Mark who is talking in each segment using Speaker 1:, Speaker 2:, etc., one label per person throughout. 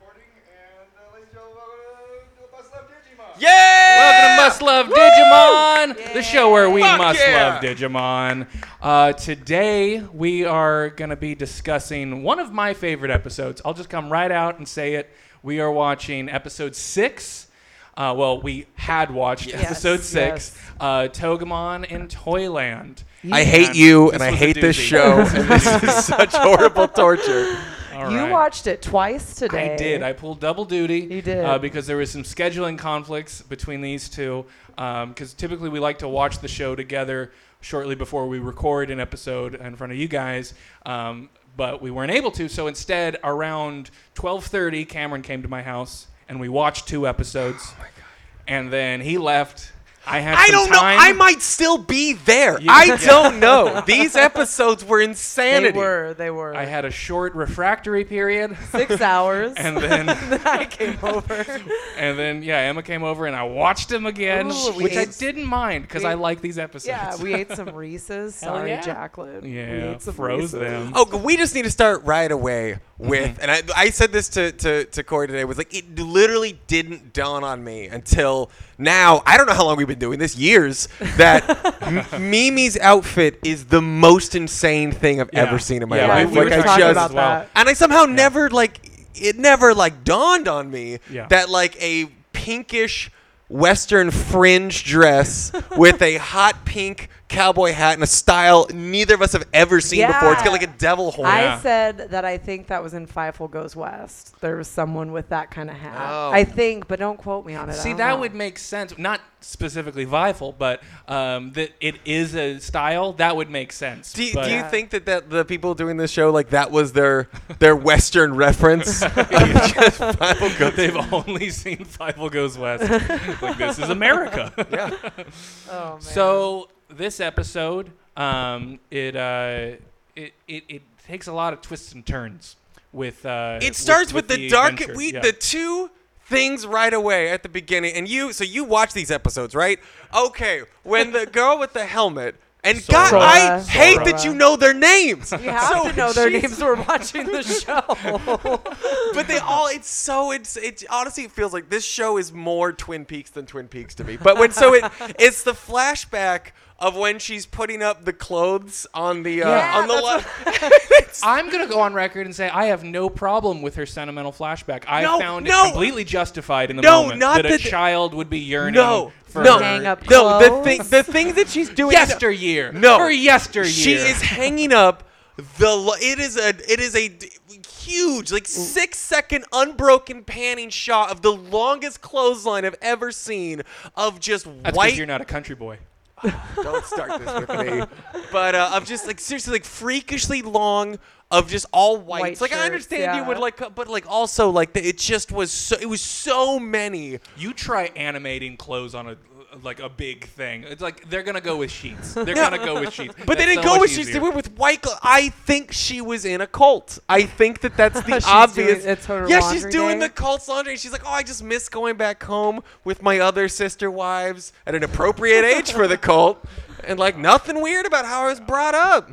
Speaker 1: uh,
Speaker 2: love Digimon, the show where we
Speaker 3: Fuck
Speaker 2: must
Speaker 3: yeah.
Speaker 2: love Digimon. Uh, today we are going to be discussing one of my favorite episodes. I'll just come right out and say it. We are watching episode six. Uh, well, we had watched
Speaker 4: Yes.
Speaker 2: episode
Speaker 4: Yes,
Speaker 2: six, uh, Togemon in Toyland.
Speaker 3: I hate you and
Speaker 2: This
Speaker 3: I
Speaker 2: was a
Speaker 3: hate this
Speaker 2: doozy.
Speaker 3: show. and this is such horrible torture.
Speaker 2: All
Speaker 4: You
Speaker 2: right.
Speaker 4: watched it twice today.
Speaker 2: I did. I pulled double duty.
Speaker 4: You did.
Speaker 2: uh, because there was some scheduling conflicts between these two. Because typically we like to watch the show together shortly before we record an episode in front of you guys, um, but we weren't able to. So instead, around 12:30, Cameron came to my house and we watched two episodes.
Speaker 4: Oh
Speaker 2: And then he left. I had.
Speaker 3: I
Speaker 2: some
Speaker 3: don't
Speaker 2: time.
Speaker 3: know. I might still be there.
Speaker 2: Yeah.
Speaker 3: I
Speaker 2: Yeah.
Speaker 3: don't know. These episodes were
Speaker 4: They
Speaker 3: insanity.
Speaker 4: were. They were.
Speaker 2: I had a short refractory period,
Speaker 4: six hours.
Speaker 2: and then.
Speaker 4: I came over.
Speaker 2: And then yeah, Emma came over and I watched them again,
Speaker 4: Ooh, we
Speaker 2: which I
Speaker 4: ate-
Speaker 2: didn't mind because
Speaker 4: we-
Speaker 2: I like these episodes.
Speaker 4: yeah, we ate some Reese's.
Speaker 2: Hell
Speaker 4: Sorry,
Speaker 2: yeah.
Speaker 4: Jacqueline. we
Speaker 2: yeah,
Speaker 4: ate some
Speaker 2: froze
Speaker 4: Reese's.
Speaker 2: them.
Speaker 3: Oh, we just need to start right away with, and I, I said this to, to, to Corey today, was like, it literally didn't dawn on me until now. I don't know how long we've been doing this, years, that M- Mimi's outfit is the most insane thing I've
Speaker 2: Yeah.
Speaker 3: ever seen in my
Speaker 2: Yeah,
Speaker 4: Yeah,
Speaker 3: life.
Speaker 2: we
Speaker 4: we, were
Speaker 2: Like, I
Speaker 4: talking
Speaker 2: just-
Speaker 4: about that.
Speaker 3: and I somehow never, like, it never, like, dawned on me
Speaker 2: Yeah.
Speaker 3: that, like, a pinkish Western fringe dress with a hot pink cowboy hat and a style neither of us have ever seen before. It's got, like, a
Speaker 4: Yeah.
Speaker 3: devil horn.
Speaker 2: Yeah.
Speaker 4: I said that I think that was in Fifeful Goes West. There was someone with that kind of hat.
Speaker 3: Oh.
Speaker 4: I think, but don't quote me on it. I
Speaker 2: See,
Speaker 4: don't
Speaker 2: that
Speaker 4: know.
Speaker 2: would make sense. Not specifically Vifel, but um, that it is a style that would make sense.
Speaker 3: Do you,
Speaker 2: but
Speaker 3: do you think that, that the people doing this show like that was their their Western reference? Just Bible
Speaker 2: but
Speaker 3: goes-
Speaker 2: they've only seen Vifel Goes West? like this is America.
Speaker 3: yeah.
Speaker 4: Oh, man.
Speaker 2: So this episode, um, it, uh, it it it takes a lot of twists and turns. With uh,
Speaker 3: It starts with, the, dark.
Speaker 2: adventure.
Speaker 3: We
Speaker 2: Yeah.
Speaker 3: the two things right away at the beginning, and you so you watch these episodes, right? Okay, when the girl with the helmet. And
Speaker 2: Sora.
Speaker 3: God, I
Speaker 4: Sora.
Speaker 3: hate
Speaker 4: Sora.
Speaker 3: that you know their names.
Speaker 4: you have
Speaker 3: So
Speaker 4: to know their
Speaker 3: she's-
Speaker 4: names. We're watching the show.
Speaker 3: but they all it's so it's it honestly it feels like this show is more twin peaks than twin peaks to me but when so it it's the flashback of when she's putting up the clothes on the uh,
Speaker 2: Yeah,
Speaker 3: on the
Speaker 4: that's
Speaker 3: lo-
Speaker 2: I'm gonna go on record and say I have no problem with her sentimental flashback. I
Speaker 3: No,
Speaker 2: found
Speaker 3: no.
Speaker 2: it completely justified in the
Speaker 3: No,
Speaker 2: moment
Speaker 3: not
Speaker 2: that a
Speaker 3: that-
Speaker 2: child would be yearning
Speaker 3: no
Speaker 2: for
Speaker 3: no
Speaker 4: Hang
Speaker 2: her
Speaker 4: up
Speaker 3: no the
Speaker 4: clothes.
Speaker 3: thing the thing that she's doing
Speaker 2: yesteryear.
Speaker 3: No.
Speaker 2: her yesteryear.
Speaker 3: she is hanging up the lo- it is a it is a d- huge like six second unbroken panning shot of the longest clothesline I've ever seen of just
Speaker 2: That's 'cause
Speaker 3: white
Speaker 2: you're not a country boy.
Speaker 3: don't start this with me. But uh, of just like seriously, like freakishly long of just all whites. like
Speaker 4: White
Speaker 3: I
Speaker 4: shirts,
Speaker 3: understand you
Speaker 4: yeah.
Speaker 3: would like, but like also like the, it just was so it was so many.
Speaker 2: You try animating clothes on a like a big thing. It's like they're gonna go with sheets. They're
Speaker 3: Yeah.
Speaker 2: gonna go with sheets.
Speaker 3: But they
Speaker 2: That's
Speaker 3: didn't
Speaker 2: so
Speaker 3: go
Speaker 2: much
Speaker 3: with she's they
Speaker 2: easier.
Speaker 3: went with white. Cl- I think she was in a cult. I think that that's the
Speaker 4: She's
Speaker 3: obvious.
Speaker 4: doing- it's her
Speaker 3: yeah, she's
Speaker 4: laundry
Speaker 3: doing
Speaker 4: day.
Speaker 3: the cult's laundry. And she's like, oh, I just miss going back home with my other sister wives at an appropriate age for the cult, and like nothing weird about how I was brought up.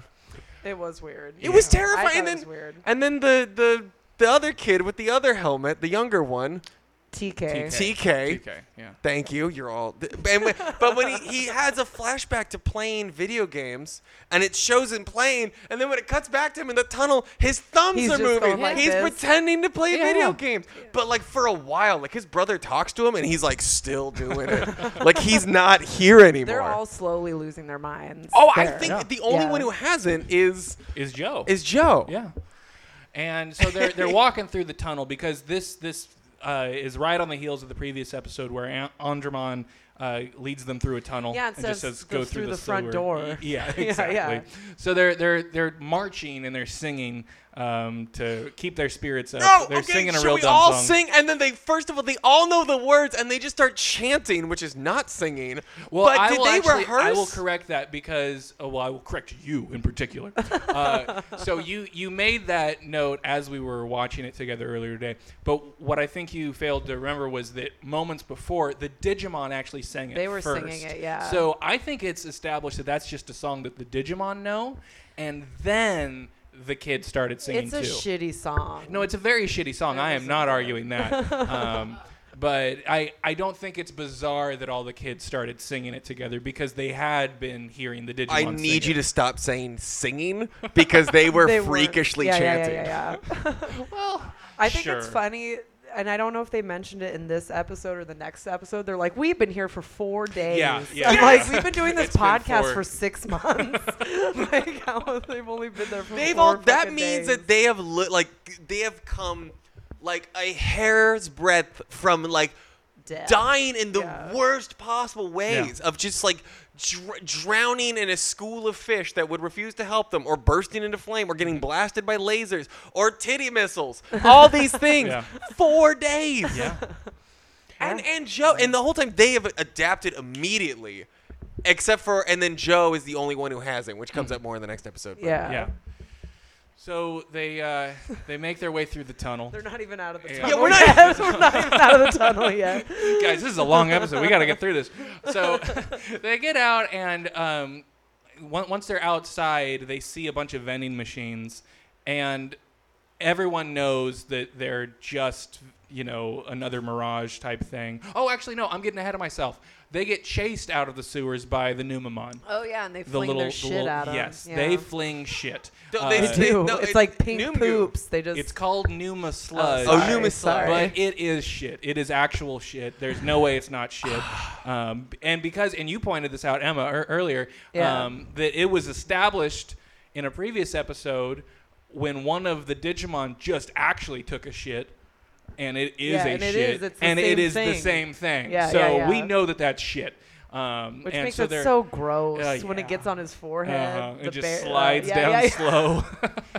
Speaker 4: it was weird.
Speaker 3: It was
Speaker 4: Yeah. I
Speaker 3: terrifying.
Speaker 4: thought
Speaker 3: and then,
Speaker 4: it was weird.
Speaker 3: and then the the the other kid with the other helmet, the younger one,
Speaker 4: TK.
Speaker 3: TK.
Speaker 2: TK, yeah.
Speaker 3: Thank you. You're all. th- and when- but when he, he has a flashback to playing video games, and it shows him playing, and then when it cuts back to him in the tunnel, his thumbs
Speaker 4: He's
Speaker 3: are
Speaker 4: just
Speaker 3: moving.
Speaker 4: going like
Speaker 3: he's
Speaker 4: this.
Speaker 3: pretending to play
Speaker 2: Yeah.
Speaker 3: video games, but like for a while, like his brother talks to him, and he's like still doing it, like he's not here anymore.
Speaker 4: They're all slowly losing their minds.
Speaker 3: oh, I
Speaker 4: there.
Speaker 3: think
Speaker 2: Yeah.
Speaker 3: the only
Speaker 4: Yeah.
Speaker 3: one who hasn't is
Speaker 2: Is Joe?
Speaker 3: is Joe.
Speaker 2: Yeah. And so they're they're walking through the tunnel because this this uh, is right on the heels of the previous episode where An- Andromon uh, leads them through a tunnel
Speaker 4: Yeah, it
Speaker 2: and just
Speaker 4: says,
Speaker 2: says
Speaker 4: "Go
Speaker 2: go
Speaker 4: through the front
Speaker 2: sewer."
Speaker 4: door.
Speaker 2: Y- Yeah,
Speaker 4: Yeah,
Speaker 2: exactly.
Speaker 4: yeah.
Speaker 2: So they're they're they're marching and they're singing um, to keep their spirits up.
Speaker 3: No,
Speaker 2: they're
Speaker 3: okay,
Speaker 2: singing a
Speaker 3: should
Speaker 2: real
Speaker 3: we
Speaker 2: dumb
Speaker 3: all
Speaker 2: song.
Speaker 3: sing? And then they first of all they all know the words and they just start chanting, which is not singing.
Speaker 2: Well,
Speaker 3: but
Speaker 2: I
Speaker 3: did
Speaker 2: will
Speaker 3: they
Speaker 2: actually,
Speaker 3: rehearse?
Speaker 2: I will correct that because oh, well, I will correct you in particular. uh, so you you made that note as we were watching it together earlier today. But what I think you failed to remember was that moments before the Digimon actually sang it.
Speaker 4: They were
Speaker 2: first.
Speaker 4: singing it, yeah.
Speaker 2: So I think it's established that that's just a song that the Digimon know, and then the kids started singing
Speaker 4: it's a
Speaker 2: too.
Speaker 4: shitty song.
Speaker 2: no, it's a very shitty song. I am not arguing that. Um, But I, I don't think it's bizarre that all the kids started singing it together because they had been hearing the Digimon.
Speaker 3: I need you
Speaker 2: sing
Speaker 3: to stop saying singing because they were
Speaker 4: They were-
Speaker 3: freakishly
Speaker 4: yeah, yeah,
Speaker 3: chanting.
Speaker 4: Yeah, yeah, yeah.
Speaker 2: it. Well,
Speaker 4: I think it's
Speaker 2: Sure.
Speaker 4: funny, and I don't know if they mentioned it in this episode or the next episode. They're like, we've been here for four days.
Speaker 2: Yeah, yeah,
Speaker 4: I'm
Speaker 2: yeah.
Speaker 4: like, we've been doing this
Speaker 2: It's been
Speaker 4: podcast
Speaker 2: four-
Speaker 4: for six months. like, how they've only been there for
Speaker 3: They've
Speaker 4: four
Speaker 3: all. That
Speaker 4: fucking
Speaker 3: means
Speaker 4: days.
Speaker 3: that they have li- like they have come like a hair's breadth from like
Speaker 4: Death.
Speaker 3: dying in the
Speaker 4: Yeah.
Speaker 3: worst possible ways of just like dr- drowning in a school of fish that would refuse to help them, or bursting into flame, or getting blasted by lasers, or titty missiles. All these things.
Speaker 2: Yeah.
Speaker 3: Four days.
Speaker 2: yeah.
Speaker 3: And and Joe and the whole time they have adapted immediately, except for and then Joe is the only one who hasn't, which comes up more in the next episode. but-
Speaker 4: Yeah.
Speaker 2: Yeah. So they uh, they make their way through the tunnel.
Speaker 4: They're not even out of the
Speaker 2: Yeah.
Speaker 4: tunnel.
Speaker 3: Yeah, we're not-
Speaker 4: yet. we're not even out of the tunnel yet.
Speaker 2: Guys, this is a long episode. We got to get through this. So they get out, and um, on- once they're outside, they see a bunch of vending machines, and everyone knows that they're just you know another mirage type thing. Oh, actually, no, I'm getting ahead of myself. They get chased out of the sewers by the Numamon.
Speaker 4: Oh yeah, and they
Speaker 2: The
Speaker 4: fling
Speaker 2: little,
Speaker 4: their
Speaker 2: the
Speaker 4: shit
Speaker 2: little-
Speaker 4: at them.
Speaker 2: yes,
Speaker 4: yeah.
Speaker 2: they fling shit.
Speaker 3: Don't
Speaker 4: They
Speaker 3: Uh,
Speaker 4: do.
Speaker 3: no,
Speaker 4: it's
Speaker 3: it-
Speaker 4: like pink
Speaker 3: Noom Goop.
Speaker 4: poops. They just
Speaker 2: It's called Numa Sludge.
Speaker 3: Oh,
Speaker 4: sorry,
Speaker 3: Numa
Speaker 4: sorry.
Speaker 2: But it is shit. It is actual shit. There's no way it's not shit. Um, and because, and you pointed this out, Emma, er, earlier,
Speaker 4: Yeah.
Speaker 2: um, that it was established in a previous episode when one of the Digimon just actually took a shit. And it is
Speaker 4: Yeah,
Speaker 2: a
Speaker 4: and it
Speaker 2: shit.
Speaker 4: is. It's the
Speaker 2: and it
Speaker 4: same
Speaker 2: is the
Speaker 4: thing.
Speaker 2: same thing.
Speaker 4: Yeah,
Speaker 2: so
Speaker 4: yeah, yeah.
Speaker 2: we know that that's shit. Um,
Speaker 4: Which
Speaker 2: and
Speaker 4: makes
Speaker 2: so
Speaker 4: it
Speaker 2: they're-
Speaker 4: so gross
Speaker 2: Uh,
Speaker 4: when
Speaker 2: yeah.
Speaker 4: it gets on his forehead.
Speaker 2: uh-huh,
Speaker 4: the
Speaker 2: it just
Speaker 4: bear- uh,
Speaker 2: slides
Speaker 4: yeah,
Speaker 2: down
Speaker 4: yeah, yeah.
Speaker 2: slow.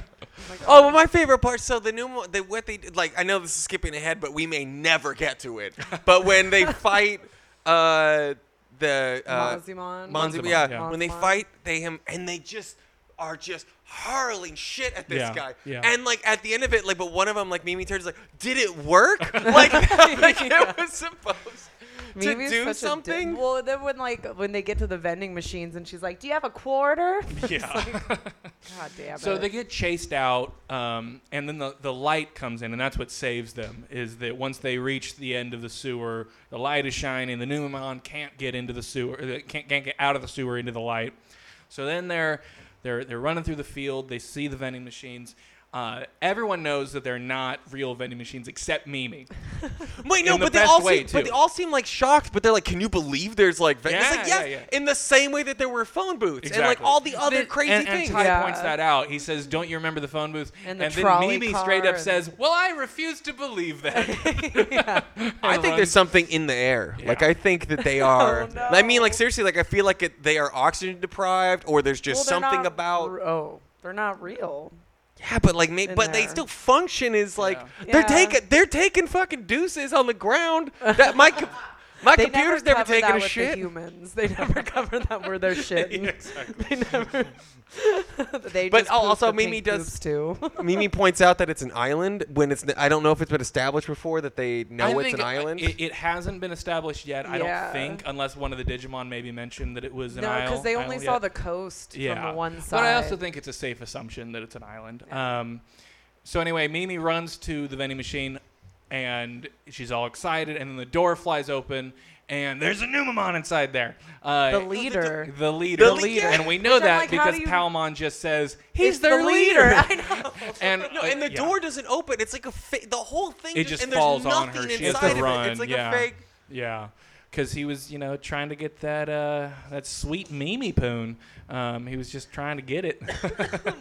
Speaker 3: Oh, well, my favorite part. So the new, mo- they what they did- like. I know this is skipping ahead, but we may never get to it. But when they fight, uh, the uh, Monzimon,
Speaker 4: Mazimon?
Speaker 2: Monzimon,
Speaker 3: yeah.
Speaker 2: yeah.
Speaker 3: When they
Speaker 4: Monzimon.
Speaker 3: fight, they him and they just are just hurling shit at this
Speaker 2: Yeah,
Speaker 3: guy.
Speaker 2: yeah.
Speaker 3: And like at the end of it, like, but one of them, like Mimi Turd, is like, did it work? like, like it was supposed. To
Speaker 4: Mimi's
Speaker 3: do
Speaker 4: such a di-
Speaker 3: something?
Speaker 4: well, then when like when they get to the vending machines and she's like, "Do you have a quarter?"
Speaker 2: yeah.
Speaker 4: God damn it.
Speaker 2: So they get chased out, um, and then the, the light comes in, and that's what saves them. Is that once they reach the end of the sewer, the light is shining. The Numamon can't get into the sewer, uh, can't, can't get out of the sewer into the light. So then they're they're they're running through the field. They see the vending machines. Uh, everyone knows that they're not real vending machines except Mimi.
Speaker 3: Wait, no,
Speaker 2: In the
Speaker 3: but they
Speaker 2: best
Speaker 3: all
Speaker 2: way,
Speaker 3: seem, but
Speaker 2: too.
Speaker 3: they all seem like shocked. But they're like, "Can you believe there's like?" Ve-? it's
Speaker 2: Yeah,
Speaker 3: like,
Speaker 2: yeah,
Speaker 3: yes,
Speaker 2: yeah.
Speaker 3: in the same way that there were phone booths and like all the other
Speaker 2: Th-
Speaker 3: crazy
Speaker 2: and,
Speaker 3: things.
Speaker 2: And Ty
Speaker 4: Yeah.
Speaker 2: points that out. He says, "Don't you remember the phone booth?"
Speaker 4: And the
Speaker 2: then
Speaker 4: trolley
Speaker 2: Mimi
Speaker 4: car
Speaker 2: straight up
Speaker 4: and-
Speaker 2: says, "Well, I refuse to believe that."
Speaker 4: yeah.
Speaker 3: I think there's
Speaker 4: um,
Speaker 3: something in the air. Like
Speaker 2: Yeah. Oh,
Speaker 3: I think that they are.
Speaker 4: no.
Speaker 3: I mean, like seriously, like I feel like it, they are oxygen deprived, or there's
Speaker 4: Well,
Speaker 3: just
Speaker 4: they're
Speaker 3: something
Speaker 4: not
Speaker 3: about.
Speaker 4: r- oh, they're not real.
Speaker 3: yeah, but like, may,
Speaker 4: in
Speaker 3: but they
Speaker 4: there.
Speaker 3: still function is like
Speaker 2: Yeah.
Speaker 3: they're
Speaker 4: Yeah.
Speaker 3: taking they're taking fucking deuces on the ground. That my co- my
Speaker 4: They
Speaker 3: computer's never
Speaker 4: never, cover
Speaker 3: taken
Speaker 4: that
Speaker 3: a
Speaker 4: with The
Speaker 3: shit.
Speaker 4: humans, they never cover that where they're shitting. They never. they
Speaker 3: But
Speaker 4: just
Speaker 3: al-
Speaker 4: poop
Speaker 3: also
Speaker 4: the
Speaker 3: Mimi
Speaker 4: pink
Speaker 3: does-
Speaker 4: poops, too.
Speaker 3: Mimi points out that it's an island when it's. I don't know if it's been established before that they know
Speaker 2: I
Speaker 3: it's
Speaker 2: think
Speaker 3: an island.
Speaker 2: It, it hasn't been established yet. I
Speaker 4: Yeah.
Speaker 2: don't think, unless one of the Digimon maybe mentioned that it was an
Speaker 4: no,
Speaker 2: island.
Speaker 4: because they only saw the coast from the one side.
Speaker 2: But I also think it's a safe assumption that it's an island. Um, so anyway, Mimi runs to the vending machine, and she's all excited, and then the door flies open, and there's a Numamon inside there. Uh,
Speaker 4: the leader.
Speaker 2: the leader.
Speaker 3: The leader.
Speaker 2: And we know
Speaker 4: Which I'm
Speaker 2: that
Speaker 4: like, how
Speaker 2: because
Speaker 4: do you-
Speaker 2: Palmon just says
Speaker 4: He's
Speaker 2: he's their
Speaker 4: the
Speaker 2: leader.
Speaker 4: leader. I know.
Speaker 2: and
Speaker 3: No, and
Speaker 2: uh,
Speaker 3: the
Speaker 2: yeah.
Speaker 3: door doesn't open. It's like a fa- the whole thing.
Speaker 2: It just
Speaker 3: and there's
Speaker 2: falls on
Speaker 3: nothing
Speaker 2: her. She has
Speaker 3: Inside
Speaker 2: to
Speaker 3: of it.
Speaker 2: run.
Speaker 3: It's like
Speaker 2: yeah.
Speaker 3: a fake.
Speaker 2: Yeah. Because he was, you know, trying to get that uh, that sweet Mimi poon. Um, he was just trying to get it.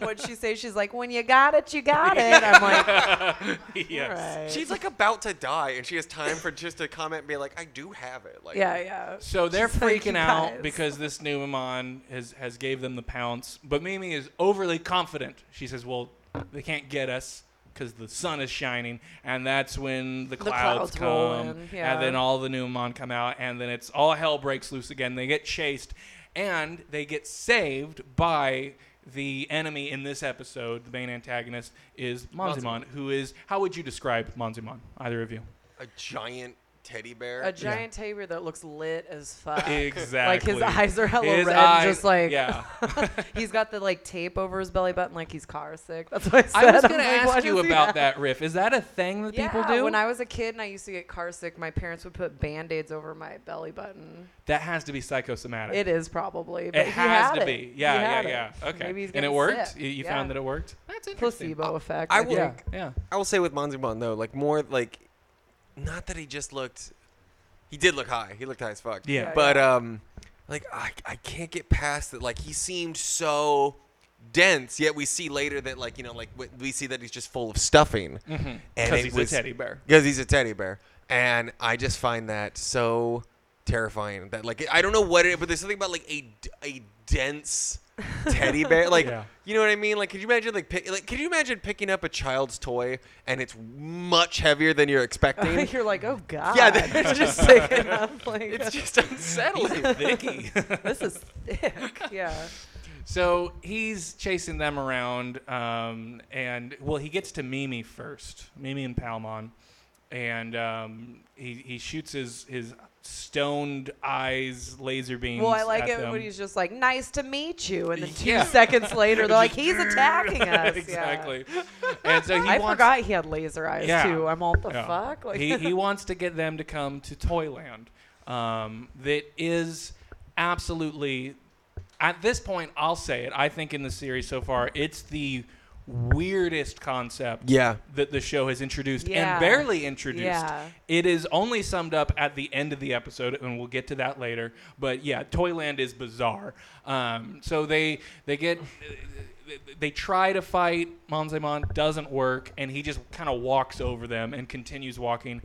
Speaker 4: What'd she say? She's like, when you got it, you got it. I'm like,
Speaker 2: yes.
Speaker 4: "All right."
Speaker 3: She's like about to die, and she has time for just to comment and be like, "I do have it." Like,
Speaker 4: yeah, yeah.
Speaker 2: So they're
Speaker 4: She's like,
Speaker 2: freaking
Speaker 4: "You
Speaker 2: out
Speaker 4: guys."
Speaker 2: because this Numamon has has gave them the pounce, but Mimi is overly confident. She says, "Well, they can't get us." Because the sun is shining, and that's when the clouds,
Speaker 4: clouds roll
Speaker 2: come,
Speaker 4: in, yeah.
Speaker 2: and then all the Numamon come out, and then it's all hell breaks loose again. They get chased, and they get saved by the enemy in this episode. The main antagonist is Monzimon, who is how would you describe Monzimon? Either of you?
Speaker 3: a giant teddy bear.
Speaker 4: A giant teddy bear that looks lit as fuck.
Speaker 2: Exactly.
Speaker 4: Like his eyes are hella
Speaker 2: His
Speaker 4: red,
Speaker 2: eyes-
Speaker 4: just like
Speaker 2: yeah.
Speaker 4: he's got the like tape over his belly button, like he's car sick. That's what I said.
Speaker 2: I was
Speaker 4: I'm
Speaker 2: going to
Speaker 4: like, why
Speaker 2: ask you
Speaker 4: does he
Speaker 2: about
Speaker 4: have-
Speaker 2: that riff. Is that a thing that people
Speaker 4: Yeah,
Speaker 2: do?
Speaker 4: When I was a kid and I used to get car sick, my parents would put band aids over my belly button.
Speaker 2: that has to be psychosomatic.
Speaker 4: It is probably. But
Speaker 2: It
Speaker 4: he
Speaker 2: has
Speaker 4: had
Speaker 2: to
Speaker 4: it.
Speaker 2: be.
Speaker 4: He
Speaker 2: Yeah,
Speaker 4: had
Speaker 2: yeah,
Speaker 4: it.
Speaker 2: yeah. Okay.
Speaker 4: Maybe he's
Speaker 2: and it
Speaker 4: getting
Speaker 2: worked?
Speaker 4: sick.
Speaker 2: You, you
Speaker 4: Yeah.
Speaker 2: found that it worked? That's interesting.
Speaker 4: placebo effect.
Speaker 3: I
Speaker 4: I,
Speaker 3: will-
Speaker 4: think.
Speaker 2: Yeah.
Speaker 3: I will say with Monzumon though, like more like, not that he just looked, he did look high. He looked high as fuck.
Speaker 2: Yeah.
Speaker 3: But um, like I I can't get past that. Like he seemed so dense, yet we see later that like you know like we- we see that he's just full of stuffing. And
Speaker 2: Because
Speaker 3: it
Speaker 2: Mm-hmm. he's
Speaker 3: was-
Speaker 2: a teddy bear.
Speaker 3: because he's a teddy bear, and I just find that so terrifying. That like I don't know what it, but there's something about like a a dense teddy bear. Like
Speaker 2: Yeah.
Speaker 3: you know what I mean? Like could you imagine like pick, like could you imagine picking up a child's toy and it's much heavier than you're expecting?
Speaker 4: You're like, oh god.
Speaker 3: Yeah,
Speaker 4: it's just like, and I'm like,
Speaker 3: it's just unsettling.
Speaker 4: this is thick. Yeah.
Speaker 2: So he's chasing them around, um, and well, he gets to Mimi first, Mimi and Palmon, and um, he he shoots his his stoned eyes laser beams.
Speaker 4: Well, I like
Speaker 2: at
Speaker 4: it
Speaker 2: them.
Speaker 4: when he's just like, nice to meet you, and then two
Speaker 2: Yeah.
Speaker 4: seconds later they're like, he's attacking us. Yeah.
Speaker 2: exactly. And so he
Speaker 4: I
Speaker 2: wants.
Speaker 4: forgot he had laser eyes
Speaker 2: Yeah.
Speaker 4: too. I'm all the
Speaker 2: Yeah.
Speaker 4: fuck. Like,
Speaker 2: he, he wants to get them to come to Toyland. Um, that is absolutely, at this point, I'll say it. I think in the series so far, it's the weirdest concept
Speaker 3: yeah.
Speaker 2: that the show has introduced
Speaker 4: Yeah.
Speaker 2: and barely introduced.
Speaker 4: Yeah.
Speaker 2: It is only summed up at the end of the episode, and we'll get to that later. But yeah, Toyland is bizarre. Um, so they they get they try to fight Monzaemon, doesn't work, and he just kind of walks over them and continues walking.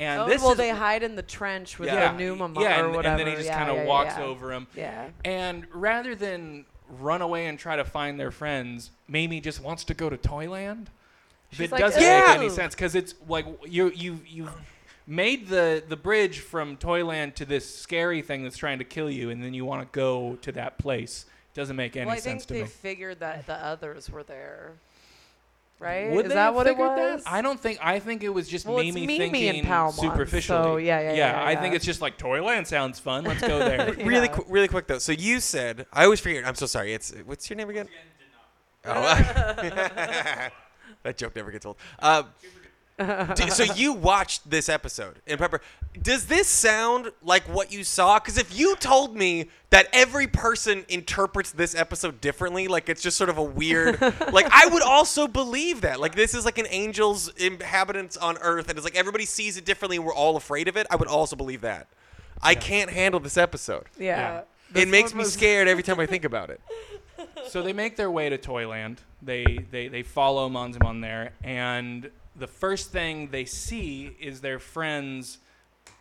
Speaker 2: And
Speaker 4: oh,
Speaker 2: this
Speaker 4: well,
Speaker 2: is
Speaker 4: they hide in the trench with
Speaker 2: yeah,
Speaker 4: the pneuma
Speaker 2: yeah,
Speaker 4: or
Speaker 2: and,
Speaker 4: whatever.
Speaker 2: and then he just
Speaker 4: yeah,
Speaker 2: kind of
Speaker 4: yeah,
Speaker 2: walks
Speaker 4: yeah.
Speaker 2: over him.
Speaker 4: Yeah.
Speaker 2: And rather than run away and try to find their friends, Mamie just wants to go to Toyland. That
Speaker 4: She's like,
Speaker 2: doesn't make any
Speaker 4: "Ew."
Speaker 2: sense because it's like you you you made the the bridge from Toyland to this scary thing that's trying to kill you, and then you want to go to that place. Doesn't make any
Speaker 4: well, I
Speaker 2: sense
Speaker 4: think
Speaker 2: to
Speaker 4: they
Speaker 2: me.
Speaker 4: figured that the others were there, right?
Speaker 2: Would
Speaker 4: Is
Speaker 2: they
Speaker 4: that
Speaker 2: have
Speaker 4: what it
Speaker 2: figured that?
Speaker 4: was?
Speaker 2: I don't think. I think it was just
Speaker 4: Well, it's
Speaker 2: Mimi,
Speaker 4: Mimi and
Speaker 2: thinking
Speaker 4: Palmon,
Speaker 2: superficially.
Speaker 4: so yeah, yeah, yeah,
Speaker 2: I
Speaker 4: yeah.
Speaker 2: think it's just like Toyland sounds fun. Let's go there.
Speaker 4: Yeah.
Speaker 3: Really, qu- really quick though. So you said I always forget. I'm so sorry. It's what's your name again? Oh, that joke never gets old. Uh, d- so you watched this episode in Pepper. Does this sound like what you saw? Because if you told me that every person interprets this episode differently, like it's just sort of a weird, like I would also believe that. Like this is like an angel's inhabitants on Earth, and it's like everybody sees it differently. and We're all afraid of it. I would also believe that. I can't handle this episode.
Speaker 4: yeah.
Speaker 2: Yeah.
Speaker 3: it makes me scared every time I think about it.
Speaker 2: so they make their way to Toyland. They they they follow Monzamon there, and the first thing they see is their friends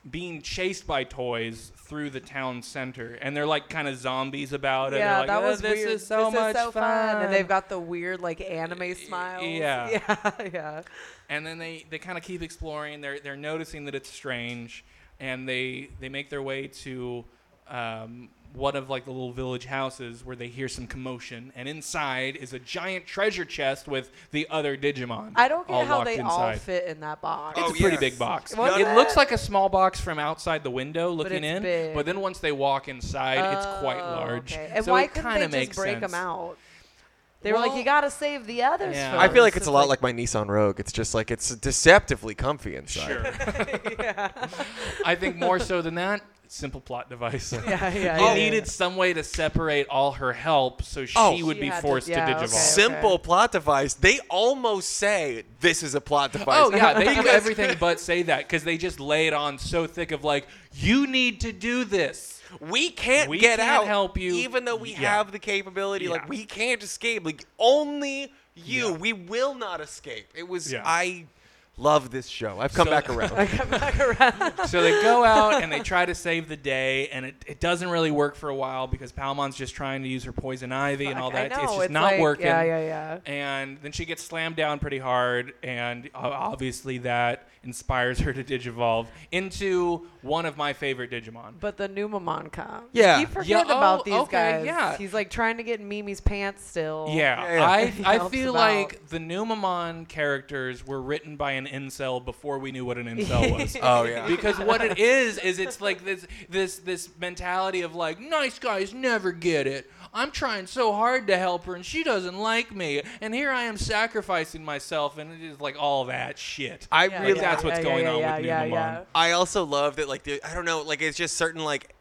Speaker 2: being chased by toys through the town center, and they're like kind of zombies about it. They're
Speaker 4: Yeah,
Speaker 2: like,
Speaker 4: that
Speaker 2: "Oh,
Speaker 4: was
Speaker 2: this
Speaker 4: weird.
Speaker 2: is so
Speaker 4: this
Speaker 2: much
Speaker 4: is so fun.
Speaker 2: fun.
Speaker 4: and they've got the weird like anime smiles.
Speaker 2: yeah.
Speaker 4: yeah, yeah.
Speaker 2: and then they, they kind of keep exploring. They're they're noticing that it's strange, and they they make their way to um, one of like the little village houses where they hear some commotion, and inside is a giant treasure chest with the other Digimon.
Speaker 4: I don't get
Speaker 2: all
Speaker 4: how
Speaker 2: locked
Speaker 4: they
Speaker 2: inside.
Speaker 4: all fit in that box.
Speaker 2: It's
Speaker 3: Oh,
Speaker 2: a pretty
Speaker 3: yes.
Speaker 2: big box.
Speaker 4: Was
Speaker 2: it
Speaker 4: it?
Speaker 2: looks like a small box from outside the window looking
Speaker 4: it's
Speaker 2: in,
Speaker 4: big.
Speaker 2: but then once they walk inside, it's quite
Speaker 4: Oh,
Speaker 2: large.
Speaker 4: okay. And
Speaker 2: so
Speaker 4: why
Speaker 2: it
Speaker 4: couldn't
Speaker 2: kind
Speaker 4: they
Speaker 2: of
Speaker 4: just
Speaker 2: makes
Speaker 4: break
Speaker 2: sense.
Speaker 4: them out? They were like,
Speaker 2: Well,
Speaker 4: you gotta save the others.
Speaker 2: yeah.
Speaker 4: First.
Speaker 3: I feel like it's a
Speaker 4: Just
Speaker 3: lot like my Nissan Rogue. It's just like it's deceptively comfy inside.
Speaker 2: Sure. I think more so than that, simple plot device.
Speaker 4: yeah, yeah.
Speaker 2: They
Speaker 4: yeah.
Speaker 2: needed some way to separate all her help so she
Speaker 3: Oh.
Speaker 2: would
Speaker 4: She
Speaker 2: be
Speaker 4: had to-
Speaker 2: forced to,
Speaker 4: yeah, okay.
Speaker 2: digivolve.
Speaker 3: Simple plot device. They almost say this is a plot device.
Speaker 2: Oh yeah, they do
Speaker 3: Because-
Speaker 2: everything but say that because they just lay it on so thick of like you need to do this.
Speaker 3: We can't
Speaker 2: We
Speaker 3: get
Speaker 2: can't
Speaker 3: out.
Speaker 2: help you.
Speaker 3: even though we
Speaker 2: Yeah.
Speaker 3: have the capability. Like
Speaker 2: Yeah.
Speaker 3: we can't escape. Like only you.
Speaker 2: Yeah.
Speaker 3: We will not escape. It was
Speaker 2: Yeah.
Speaker 3: I love this show. I've come
Speaker 2: So-
Speaker 3: back around.
Speaker 2: So they go out and they try to save the day, and it, it doesn't really work for a while because Palmon's just trying to use her poison ivy and all
Speaker 4: I
Speaker 2: that.
Speaker 4: know,
Speaker 2: it's just
Speaker 4: it's
Speaker 2: not
Speaker 4: like-
Speaker 2: working.
Speaker 4: Yeah, yeah, yeah.
Speaker 2: And then she gets slammed down pretty hard, and o- obviously that inspires her to digivolve into one of my favorite Digimon.
Speaker 4: But the new Mamoncon.
Speaker 3: Yeah.
Speaker 4: You forget
Speaker 2: Yeah, oh,
Speaker 4: about these
Speaker 2: okay,
Speaker 4: guys.
Speaker 2: yeah.
Speaker 4: He's like trying to get in Mimi's pants still.
Speaker 2: Yeah,
Speaker 3: Yeah, yeah.
Speaker 4: It
Speaker 2: I, I
Speaker 4: helps
Speaker 2: feel
Speaker 4: about-
Speaker 2: like the new Mamon characters were written by an incel before we knew what an incel was.
Speaker 3: Oh, yeah.
Speaker 2: Because what it is is it's like this this this mentality of like nice guys never get it. I'm trying so hard to help her and she doesn't like me. And here I am sacrificing myself and it is like all that shit.
Speaker 3: I
Speaker 4: Yeah,
Speaker 3: really
Speaker 2: Like, that's what's going on with Numa Mon.
Speaker 3: I also love that, like, the, I don't know, like, it's just certain, like,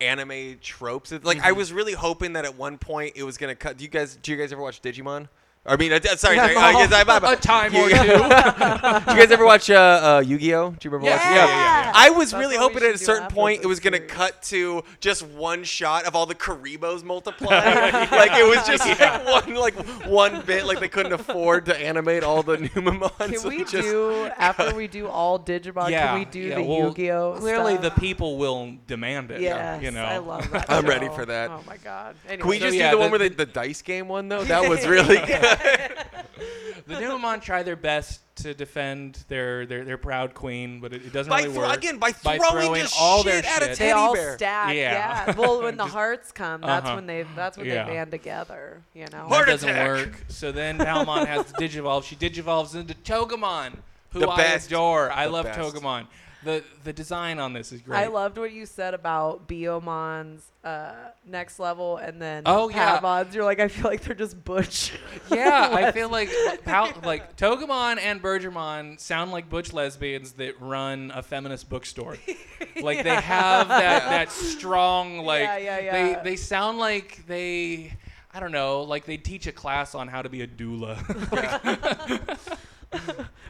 Speaker 3: anime tropes. It's, like, I was really hoping that at one point it was gonna cut. Do you guys, do you guys ever watch Digimon? I mean, uh, sorry, sorry. Uh, yes, I- I-
Speaker 2: A time
Speaker 3: you,
Speaker 2: or two.
Speaker 3: Do you guys ever watch uh, uh, Yu-Gi-Oh? Do you remember
Speaker 2: Yeah.
Speaker 3: watching?
Speaker 2: Yeah, yeah,
Speaker 4: yeah.
Speaker 3: I was
Speaker 4: That's
Speaker 3: really
Speaker 4: what we
Speaker 3: hoping at a
Speaker 4: should do
Speaker 3: certain
Speaker 4: after
Speaker 3: point
Speaker 4: this
Speaker 3: it was gonna
Speaker 4: series.
Speaker 3: cut to just one shot of all the Karibos multiplying. like it was just like one like one bit. Like they couldn't afford to animate all the Numamons.
Speaker 4: Can
Speaker 3: so
Speaker 4: we
Speaker 3: just,
Speaker 4: do after we do all Digimon?
Speaker 2: yeah,
Speaker 4: can we do
Speaker 2: yeah,
Speaker 4: the
Speaker 2: well,
Speaker 4: Yu-Gi-Oh?
Speaker 2: Clearly,
Speaker 4: stuff?
Speaker 2: the people will demand it.
Speaker 4: Yes,
Speaker 2: you know.
Speaker 4: I love that.
Speaker 3: I'm ready
Speaker 4: show.
Speaker 3: for that.
Speaker 4: Oh my god.
Speaker 3: Can we
Speaker 4: Anyway.
Speaker 2: So,
Speaker 3: just
Speaker 2: yeah,
Speaker 3: do the
Speaker 2: the-
Speaker 3: one where they, the dice game one though? That was really good.
Speaker 2: The Numamon try their best to defend their their, their proud queen, but it, it doesn't
Speaker 3: by
Speaker 2: really
Speaker 3: thro-
Speaker 2: work.
Speaker 3: again by
Speaker 2: By
Speaker 3: throwing,
Speaker 2: throwing
Speaker 3: just
Speaker 2: all
Speaker 3: shit
Speaker 2: their
Speaker 3: at a
Speaker 2: shit.
Speaker 4: they
Speaker 3: teddy
Speaker 4: all
Speaker 3: bear.
Speaker 4: stack.
Speaker 2: Yeah.
Speaker 4: Yeah. Well, when the hearts come, that's
Speaker 2: Uh-huh.
Speaker 4: when they that's when
Speaker 2: Yeah.
Speaker 4: they band together. You know.
Speaker 2: That
Speaker 3: Heart
Speaker 2: doesn't
Speaker 3: attack.
Speaker 2: work. So then Palmon has to digivolve. She digivolves into Togemon, who
Speaker 3: The
Speaker 2: I
Speaker 3: best.
Speaker 2: adore. I
Speaker 3: The
Speaker 2: love
Speaker 3: best.
Speaker 2: Togemon. The the design on this is great.
Speaker 4: I loved what you said about Biomon's uh, next level and then
Speaker 2: Oh, yeah.
Speaker 4: Patamons. You're like, I feel like they're just butch.
Speaker 2: yeah, I feel like Pal- like Togemon and Bergermon sound like butch lesbians that run a feminist bookstore. Like they have that that strong like
Speaker 4: Yeah, yeah, yeah.
Speaker 2: they they sound like they I don't know, like they teach a class on how to be a doula.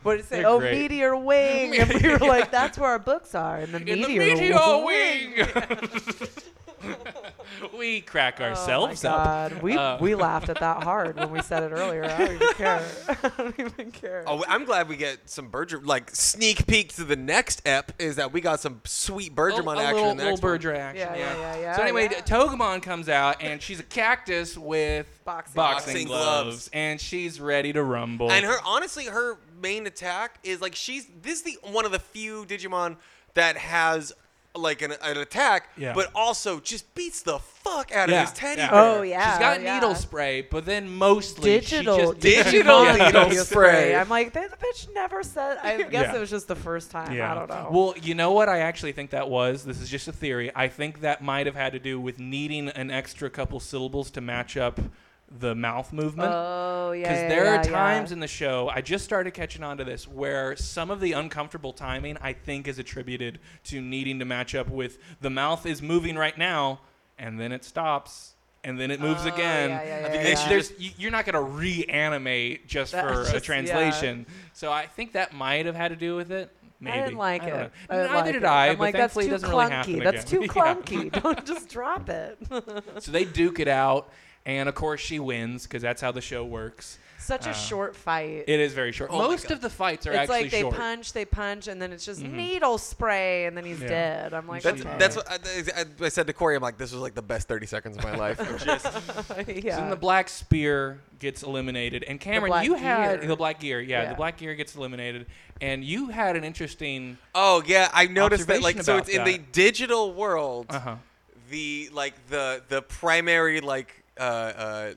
Speaker 4: What did it say?
Speaker 2: They're
Speaker 4: Oh,
Speaker 2: great.
Speaker 4: meteor wing. And we were like, that's where our books are. And the
Speaker 2: in the
Speaker 4: meteor,
Speaker 2: meteor wing. we crack ourselves
Speaker 4: oh my
Speaker 2: up.
Speaker 4: God. We,
Speaker 2: Uh,
Speaker 4: we laughed at that hard when we said it earlier. I don't even care. I don't even care.
Speaker 3: Oh, I'm glad we get some Berger like sneak peek to the next ep is that we got some sweet Bergermon
Speaker 2: Oh, a
Speaker 3: action
Speaker 2: little,
Speaker 3: in the
Speaker 2: little
Speaker 3: next one.
Speaker 2: Berger action.
Speaker 4: Yeah, yeah, yeah, yeah,
Speaker 2: so anyway,
Speaker 4: yeah.
Speaker 2: Togemon comes out and she's a cactus with
Speaker 4: Boxing
Speaker 3: gloves.
Speaker 2: gloves, and she's ready to rumble.
Speaker 3: And her honestly, her main attack is like she's this is the one of the few Digimon that has like an, an attack,
Speaker 2: Yeah.
Speaker 3: but also just beats the fuck out
Speaker 2: Yeah,
Speaker 3: of his teddy
Speaker 2: yeah.
Speaker 3: bear.
Speaker 4: Oh, yeah.
Speaker 2: she's got
Speaker 4: yeah.
Speaker 2: needle spray, but then mostly
Speaker 4: Digital,
Speaker 2: she just,
Speaker 3: Digital
Speaker 2: Yeah.
Speaker 3: needle spray.
Speaker 4: I'm like, the bitch never said. I guess
Speaker 2: Yeah.
Speaker 4: it was just the first time. I don't know.
Speaker 2: Well, you know what I actually think that was? This is just a theory. I think that might have had to do with needing an extra couple syllables to match up the mouth movement.
Speaker 4: oh yeah.
Speaker 2: Because
Speaker 4: yeah,
Speaker 2: there
Speaker 4: yeah,
Speaker 2: are times
Speaker 4: yeah.
Speaker 2: in the show, I just started catching on to this, where some of the uncomfortable timing I think is attributed to needing to match up with the mouth is moving right now, and then it stops, and then it moves
Speaker 4: Oh,
Speaker 2: again.
Speaker 4: yeah, yeah,
Speaker 3: I think
Speaker 4: yeah,
Speaker 3: they
Speaker 2: It's-
Speaker 3: should
Speaker 4: yeah.
Speaker 2: there's- you- you're not going to reanimate just
Speaker 4: That's
Speaker 2: for
Speaker 4: just-
Speaker 2: a
Speaker 4: yeah.
Speaker 2: translation. So I think that might have had to do with it. Maybe.
Speaker 4: I didn't like
Speaker 2: don't
Speaker 4: it.
Speaker 2: know.
Speaker 4: didn't
Speaker 2: Neither
Speaker 4: like
Speaker 2: did
Speaker 4: it.
Speaker 2: I,
Speaker 4: I'm
Speaker 2: but
Speaker 4: like, that's
Speaker 2: thankfully
Speaker 4: too
Speaker 2: it doesn't really
Speaker 4: clunky.
Speaker 2: happen
Speaker 4: that's
Speaker 2: again.
Speaker 4: too
Speaker 2: Yeah.
Speaker 4: clunky. Don't just drop it.
Speaker 2: So they duke it out, and of course she wins because that's how the show works.
Speaker 4: Such a short fight.
Speaker 2: It is very short.
Speaker 3: Oh my
Speaker 2: Most
Speaker 3: God.
Speaker 2: of the fights are
Speaker 4: it's
Speaker 2: actually
Speaker 4: like they
Speaker 2: short.
Speaker 4: punch, they punch, and then it's just needle spray, and then he's
Speaker 2: Mm-hmm. Yeah.
Speaker 4: dead. I'm like,
Speaker 3: That's,
Speaker 4: okay.
Speaker 3: that's what I, I- I said to Corey. I'm like, this was like the best 30 seconds of my life. Just-
Speaker 4: yeah.
Speaker 2: So then the black spear gets eliminated, and Cameron,
Speaker 4: black
Speaker 2: you had
Speaker 4: gear.
Speaker 2: the black gear. Yeah,
Speaker 4: Yeah.
Speaker 2: the black gear gets eliminated, and you had an interesting.
Speaker 3: oh yeah, I noticed that. Like,
Speaker 2: Observation
Speaker 3: so
Speaker 2: about
Speaker 3: it's in the
Speaker 2: that.
Speaker 3: digital world.
Speaker 2: Uh huh.
Speaker 3: The like the the primary like. Uh, uh,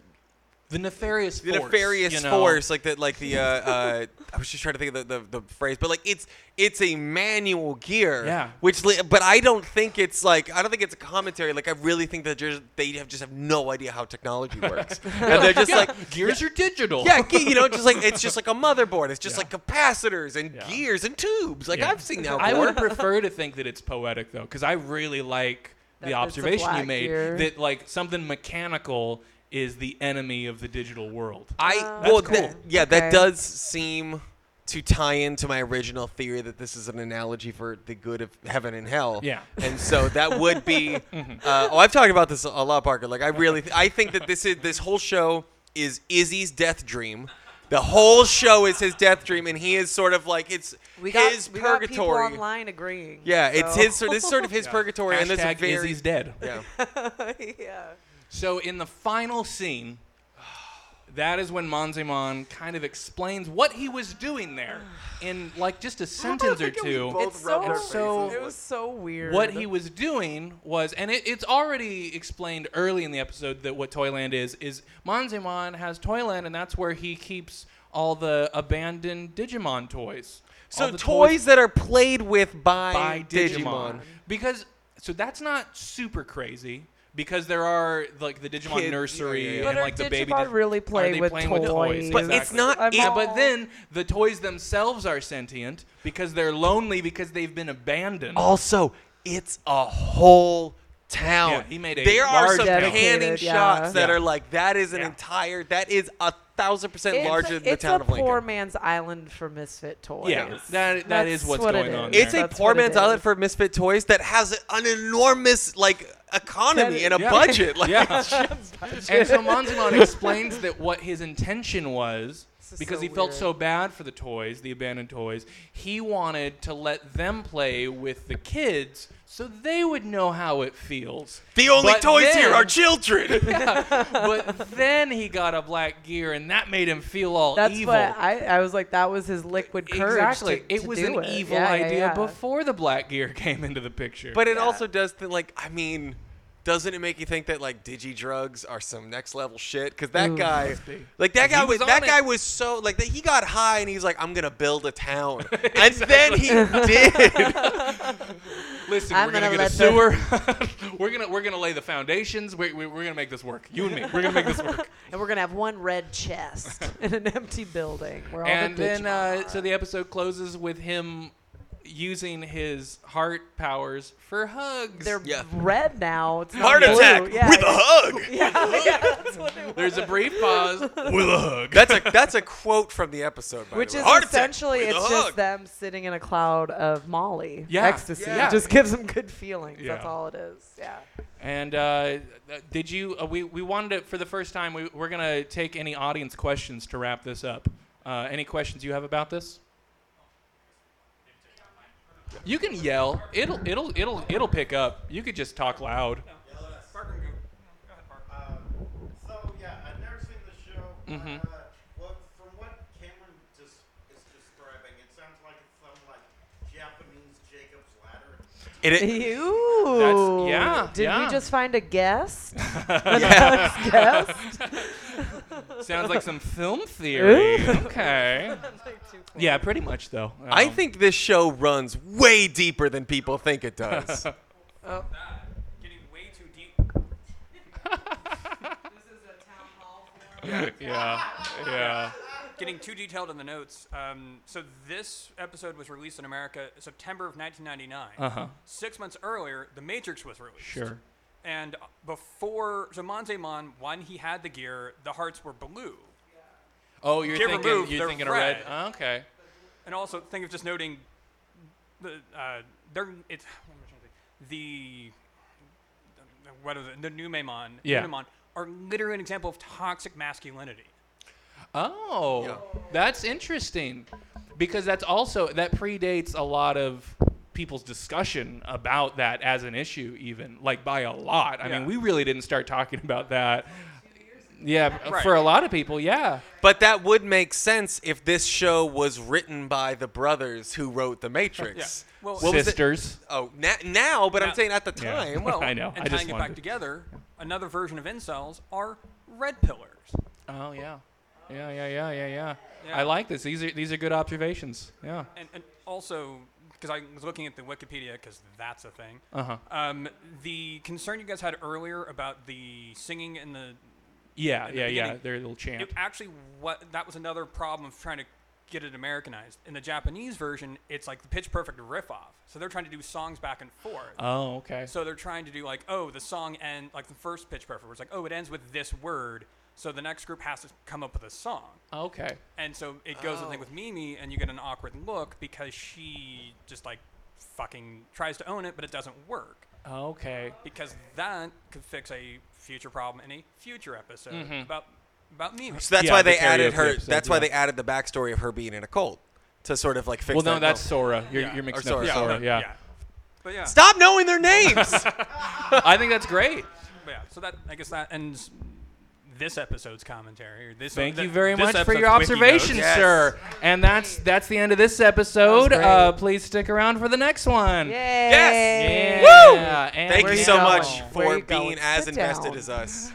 Speaker 2: The nefarious
Speaker 3: the
Speaker 2: force.
Speaker 3: nefarious
Speaker 2: you know?
Speaker 3: force, like that, like the. Uh, uh, I was just trying to think of the, the, the phrase, but like it's it's a manual gear.
Speaker 2: Yeah.
Speaker 3: Which, li- but I don't think it's like I don't think it's a commentary. Like I really think that just, they have just have no idea how technology works, and they're just
Speaker 2: Yeah,
Speaker 3: like.
Speaker 2: gears are digital.
Speaker 3: Yeah, ge- you know, just like it's just like a motherboard. It's just
Speaker 2: Yeah.
Speaker 3: like capacitors and
Speaker 2: Yeah.
Speaker 3: gears and tubes. Like
Speaker 2: Yeah.
Speaker 3: I've seen that.
Speaker 2: I would
Speaker 3: before.
Speaker 2: prefer to think that it's poetic though, because I really like
Speaker 4: That
Speaker 2: the
Speaker 4: it's a
Speaker 2: observation you
Speaker 4: black
Speaker 2: made
Speaker 4: gear.
Speaker 2: that like something mechanical is the enemy of the digital world.
Speaker 3: I
Speaker 4: Uh, That's
Speaker 3: well,
Speaker 4: cool.
Speaker 3: that- yeah,
Speaker 4: Okay.
Speaker 3: that does seem to tie into my original theory that this is an analogy for the good of heaven and hell.
Speaker 2: Yeah.
Speaker 3: and so that would be. uh, oh, I've talked about this a lot, Parker. Like I really, I think that this is this whole show is Izzy's death dream. The whole show is his death dream, and he is sort of like it's
Speaker 4: we got,
Speaker 3: his
Speaker 4: we got people
Speaker 3: purgatory.
Speaker 4: online agreeing.
Speaker 3: yeah, it's
Speaker 4: so-
Speaker 3: his. sort- This is sort of his purgatory, and there's a
Speaker 2: Hashtag
Speaker 3: very
Speaker 2: Izzy's dead.
Speaker 3: yeah.
Speaker 4: yeah.
Speaker 2: So in the final scene, that is when Monzimon kind of explains what he was doing there in like just a sentence or
Speaker 3: think it was
Speaker 2: two.
Speaker 3: both
Speaker 4: It's
Speaker 3: rubbed
Speaker 4: so,
Speaker 2: our faces.
Speaker 4: it was so weird.
Speaker 2: What he was doing was, and it, it's already explained early in the episode that what Toyland is is Monzimon has Toyland, and that's where he keeps all the abandoned Digimon toys.
Speaker 3: So
Speaker 2: All the
Speaker 3: toys, that are played with by,
Speaker 2: by
Speaker 3: Digimon.
Speaker 2: Digimon. Because so that's not super crazy because there are like the Digimon
Speaker 3: Kid-
Speaker 2: nursery
Speaker 3: yeah, yeah, yeah.
Speaker 2: and
Speaker 4: But are
Speaker 2: like the baby.
Speaker 4: Digimon
Speaker 2: Dig-
Speaker 4: really play
Speaker 2: are they
Speaker 4: with
Speaker 2: playing with
Speaker 4: toys?
Speaker 2: toys?
Speaker 3: But it's
Speaker 2: Exactly.
Speaker 3: not-
Speaker 4: I'm
Speaker 3: it-
Speaker 4: all-
Speaker 2: But then the toys themselves are sentient because they're lonely because they've been abandoned.
Speaker 3: Also, it's a whole town.
Speaker 2: Yeah, he made a
Speaker 3: there are
Speaker 2: large
Speaker 3: some
Speaker 2: town.
Speaker 3: panning
Speaker 4: Dedicated, yeah.
Speaker 3: shots that
Speaker 2: Yeah.
Speaker 3: are like that is an
Speaker 2: Yeah.
Speaker 3: entire that is a thousand percent
Speaker 4: it's,
Speaker 3: larger than the
Speaker 4: it's
Speaker 3: town
Speaker 4: a
Speaker 3: of Lincoln.
Speaker 4: poor man's island for misfit toys.
Speaker 2: Yeah, that- that
Speaker 4: That's
Speaker 2: is what's
Speaker 4: what it
Speaker 2: going on
Speaker 4: is.
Speaker 2: there.
Speaker 3: It's
Speaker 4: That's
Speaker 3: a poor
Speaker 4: what it
Speaker 3: man's outlet
Speaker 4: is.
Speaker 3: for misfit toys that has an enormous like economy
Speaker 4: That-
Speaker 3: and a
Speaker 2: Yeah.
Speaker 3: budget. Like,
Speaker 2: yeah. and so Monzimon explains that what his intention was
Speaker 4: This is
Speaker 2: because
Speaker 4: so
Speaker 2: he felt
Speaker 4: weird.
Speaker 2: so bad for the toys, the abandoned toys, he wanted to let them play with the kids so they would know how it feels.
Speaker 3: the only
Speaker 2: But
Speaker 3: toys here
Speaker 2: then-
Speaker 3: are children.
Speaker 2: but then he got a black gear, and that made him feel all
Speaker 4: That's
Speaker 2: evil.
Speaker 4: what I, I was like. That was his liquid courage.
Speaker 2: exactly.
Speaker 4: to-
Speaker 2: it
Speaker 4: to
Speaker 2: was
Speaker 4: do
Speaker 2: an
Speaker 4: it.
Speaker 2: evil
Speaker 4: Yeah, yeah,
Speaker 2: idea
Speaker 4: yeah.
Speaker 2: before the black gear came into the picture.
Speaker 3: but it
Speaker 4: Yeah.
Speaker 3: also does think like I mean, doesn't it make you think that like digi drugs are some next level shit? Because that
Speaker 4: Ooh.
Speaker 3: guy,
Speaker 2: Must be.
Speaker 3: like that
Speaker 2: He
Speaker 3: guy
Speaker 2: was
Speaker 3: was that
Speaker 2: on it.
Speaker 3: guy was so like that he got high and he's like I'm gonna build a town, and then he did.
Speaker 2: listen,
Speaker 4: I'm
Speaker 2: we're gonna,
Speaker 4: gonna
Speaker 2: get a sewer.
Speaker 4: let
Speaker 2: we're gonna we're gonna lay the foundations. We're, we're gonna make this work. You and me. We're gonna make this work.
Speaker 4: And we're gonna have one red chest in an empty building. Where all
Speaker 2: and
Speaker 4: the
Speaker 2: then
Speaker 4: Digimon
Speaker 2: uh, so
Speaker 4: are.
Speaker 2: the episode closes with him using his heart powers for hugs.
Speaker 4: they're
Speaker 3: Yeah.
Speaker 4: red now. It's not
Speaker 3: Heart
Speaker 4: blue.
Speaker 3: attack
Speaker 4: Yeah,
Speaker 3: with a
Speaker 4: yeah.
Speaker 3: hug.
Speaker 4: Yeah, yeah, that's what it was.
Speaker 2: There's a brief pause.
Speaker 3: With a hug. That's a that's a quote from the episode. By
Speaker 4: Which
Speaker 3: the
Speaker 4: is
Speaker 3: way. Heart attack
Speaker 4: essentially
Speaker 3: with a
Speaker 4: it's
Speaker 3: hug.
Speaker 4: just them sitting in a cloud of Molly
Speaker 2: Yeah,
Speaker 4: ecstasy.
Speaker 3: yeah.
Speaker 4: It just gives them good feelings. That's
Speaker 2: Yeah.
Speaker 4: all it is. Yeah.
Speaker 2: And uh, th- did you? Uh, we we wanted to for the first time. We we're gonna take any audience questions to wrap this up. Uh, any questions you have about this? You can yell. It'll it'll it'll it'll pick up. You could just talk loud.
Speaker 1: Um, so yeah, I've never seen the show.
Speaker 2: Mhm.
Speaker 1: Uh, well, from what Cameron just is describing, it sounds like it's some like Japanese Jacob's Ladder.
Speaker 3: It, it-
Speaker 4: Ooh.
Speaker 2: yeah,
Speaker 4: Did
Speaker 2: yeah.
Speaker 4: we just find a guest?
Speaker 3: yeah.
Speaker 4: guest?
Speaker 2: Sounds like some film theory. okay. Yeah, pretty much though.
Speaker 3: I
Speaker 2: Um,
Speaker 3: think this show runs way deeper than people think it does.
Speaker 4: Oh.
Speaker 5: getting way too deep.
Speaker 2: yeah, yeah.
Speaker 5: Getting too detailed in the notes. Um, so this episode was released in America September of 1999.
Speaker 2: Uh huh.
Speaker 5: Six months earlier, The Matrix was released.
Speaker 2: Sure.
Speaker 5: And before, so Monzemon, when he had the gear, the hearts were blue.
Speaker 2: Oh, you're
Speaker 5: Get
Speaker 2: thinking
Speaker 5: removed,
Speaker 2: you're
Speaker 5: they're
Speaker 2: thinking of red.
Speaker 5: red.
Speaker 2: Oh, okay.
Speaker 5: And also, think of just noting the uh, they're it's what am I trying to say? the what is it? The Numemon,
Speaker 2: Yeah.
Speaker 5: Numemon are literally an example of toxic masculinity.
Speaker 2: Oh, that's interesting because that's also that predates a lot of people's discussion about that as an issue, even like by a lot. I
Speaker 5: Yeah.
Speaker 2: mean, we really didn't start talking about that. Yeah,
Speaker 5: Right.
Speaker 2: for a lot of people, yeah.
Speaker 3: But that would make sense if this show was written by the brothers who wrote The Matrix.
Speaker 5: Yeah. Well-
Speaker 3: What was it?
Speaker 2: Sisters.
Speaker 3: Oh, na- now, but I'm
Speaker 5: Now-
Speaker 3: saying at the
Speaker 2: Yeah.
Speaker 3: time.
Speaker 5: Well,
Speaker 2: I know, I
Speaker 5: And tying
Speaker 2: just
Speaker 5: it
Speaker 2: wanted-
Speaker 5: back together, another version of incels are red pillars.
Speaker 2: Oh yeah. yeah, yeah, yeah, yeah, yeah,
Speaker 5: Yeah.
Speaker 2: I like this. These are these are good observations. Yeah.
Speaker 5: And, and also, because I was looking at the Wikipedia, because that's a thing.
Speaker 2: Uh huh.
Speaker 5: Um, the concern you guys had earlier about the singing in the
Speaker 2: Yeah,
Speaker 5: In the
Speaker 2: yeah, yeah.
Speaker 5: beginning-
Speaker 2: They're a little
Speaker 5: it
Speaker 2: champ.
Speaker 5: actually what that was another problem of trying to get it Americanized. In the Japanese version, it's like the pitch perfect riff off. So they're trying to do songs back and forth.
Speaker 2: Oh, okay.
Speaker 5: So they're trying to do like, oh, the song end like the first pitch perfect was like, oh, it ends with this word. So the next group has to come up with a song.
Speaker 2: Okay.
Speaker 5: And so it goes I think with Mimi, and you get an awkward look because she just like fucking tries to own it, but it doesn't work
Speaker 2: Okay.
Speaker 5: because that could fix a future problem in a future episode
Speaker 2: Mm-hmm.
Speaker 5: about about Mimi.
Speaker 3: So that's
Speaker 2: Yeah,
Speaker 3: why
Speaker 2: the
Speaker 3: they added
Speaker 2: karaoke
Speaker 3: her.
Speaker 2: episode,
Speaker 3: that's why
Speaker 2: yeah.
Speaker 3: they added the backstory of her being in a cult to sort of like fix.
Speaker 2: Well,
Speaker 3: that
Speaker 2: no, that's
Speaker 3: note.
Speaker 2: Sora. You're,
Speaker 5: Yeah.
Speaker 2: you're
Speaker 5: Or
Speaker 2: mixing
Speaker 3: Sora,
Speaker 2: up
Speaker 3: Sora,
Speaker 2: Sora. Yeah.
Speaker 5: But yeah,
Speaker 3: Stop knowing their names.
Speaker 2: I think that's great.
Speaker 5: but yeah. So that I guess that ends this episode's commentary. Or this
Speaker 2: Thank
Speaker 5: th-
Speaker 2: you very
Speaker 5: this
Speaker 2: much for your
Speaker 5: episode's wiki notes.
Speaker 2: observation,
Speaker 3: Yes.
Speaker 2: sir. And that's that's the end of this episode.
Speaker 4: That was great.
Speaker 2: Uh, please stick around for the next one.
Speaker 4: Yay.
Speaker 3: Yes.
Speaker 2: Yeah. And
Speaker 3: Thank
Speaker 2: we're
Speaker 3: you so
Speaker 2: going.
Speaker 3: much
Speaker 4: Where
Speaker 3: for
Speaker 4: you going?
Speaker 3: being as
Speaker 4: Sit
Speaker 3: invested
Speaker 4: down.
Speaker 3: as us.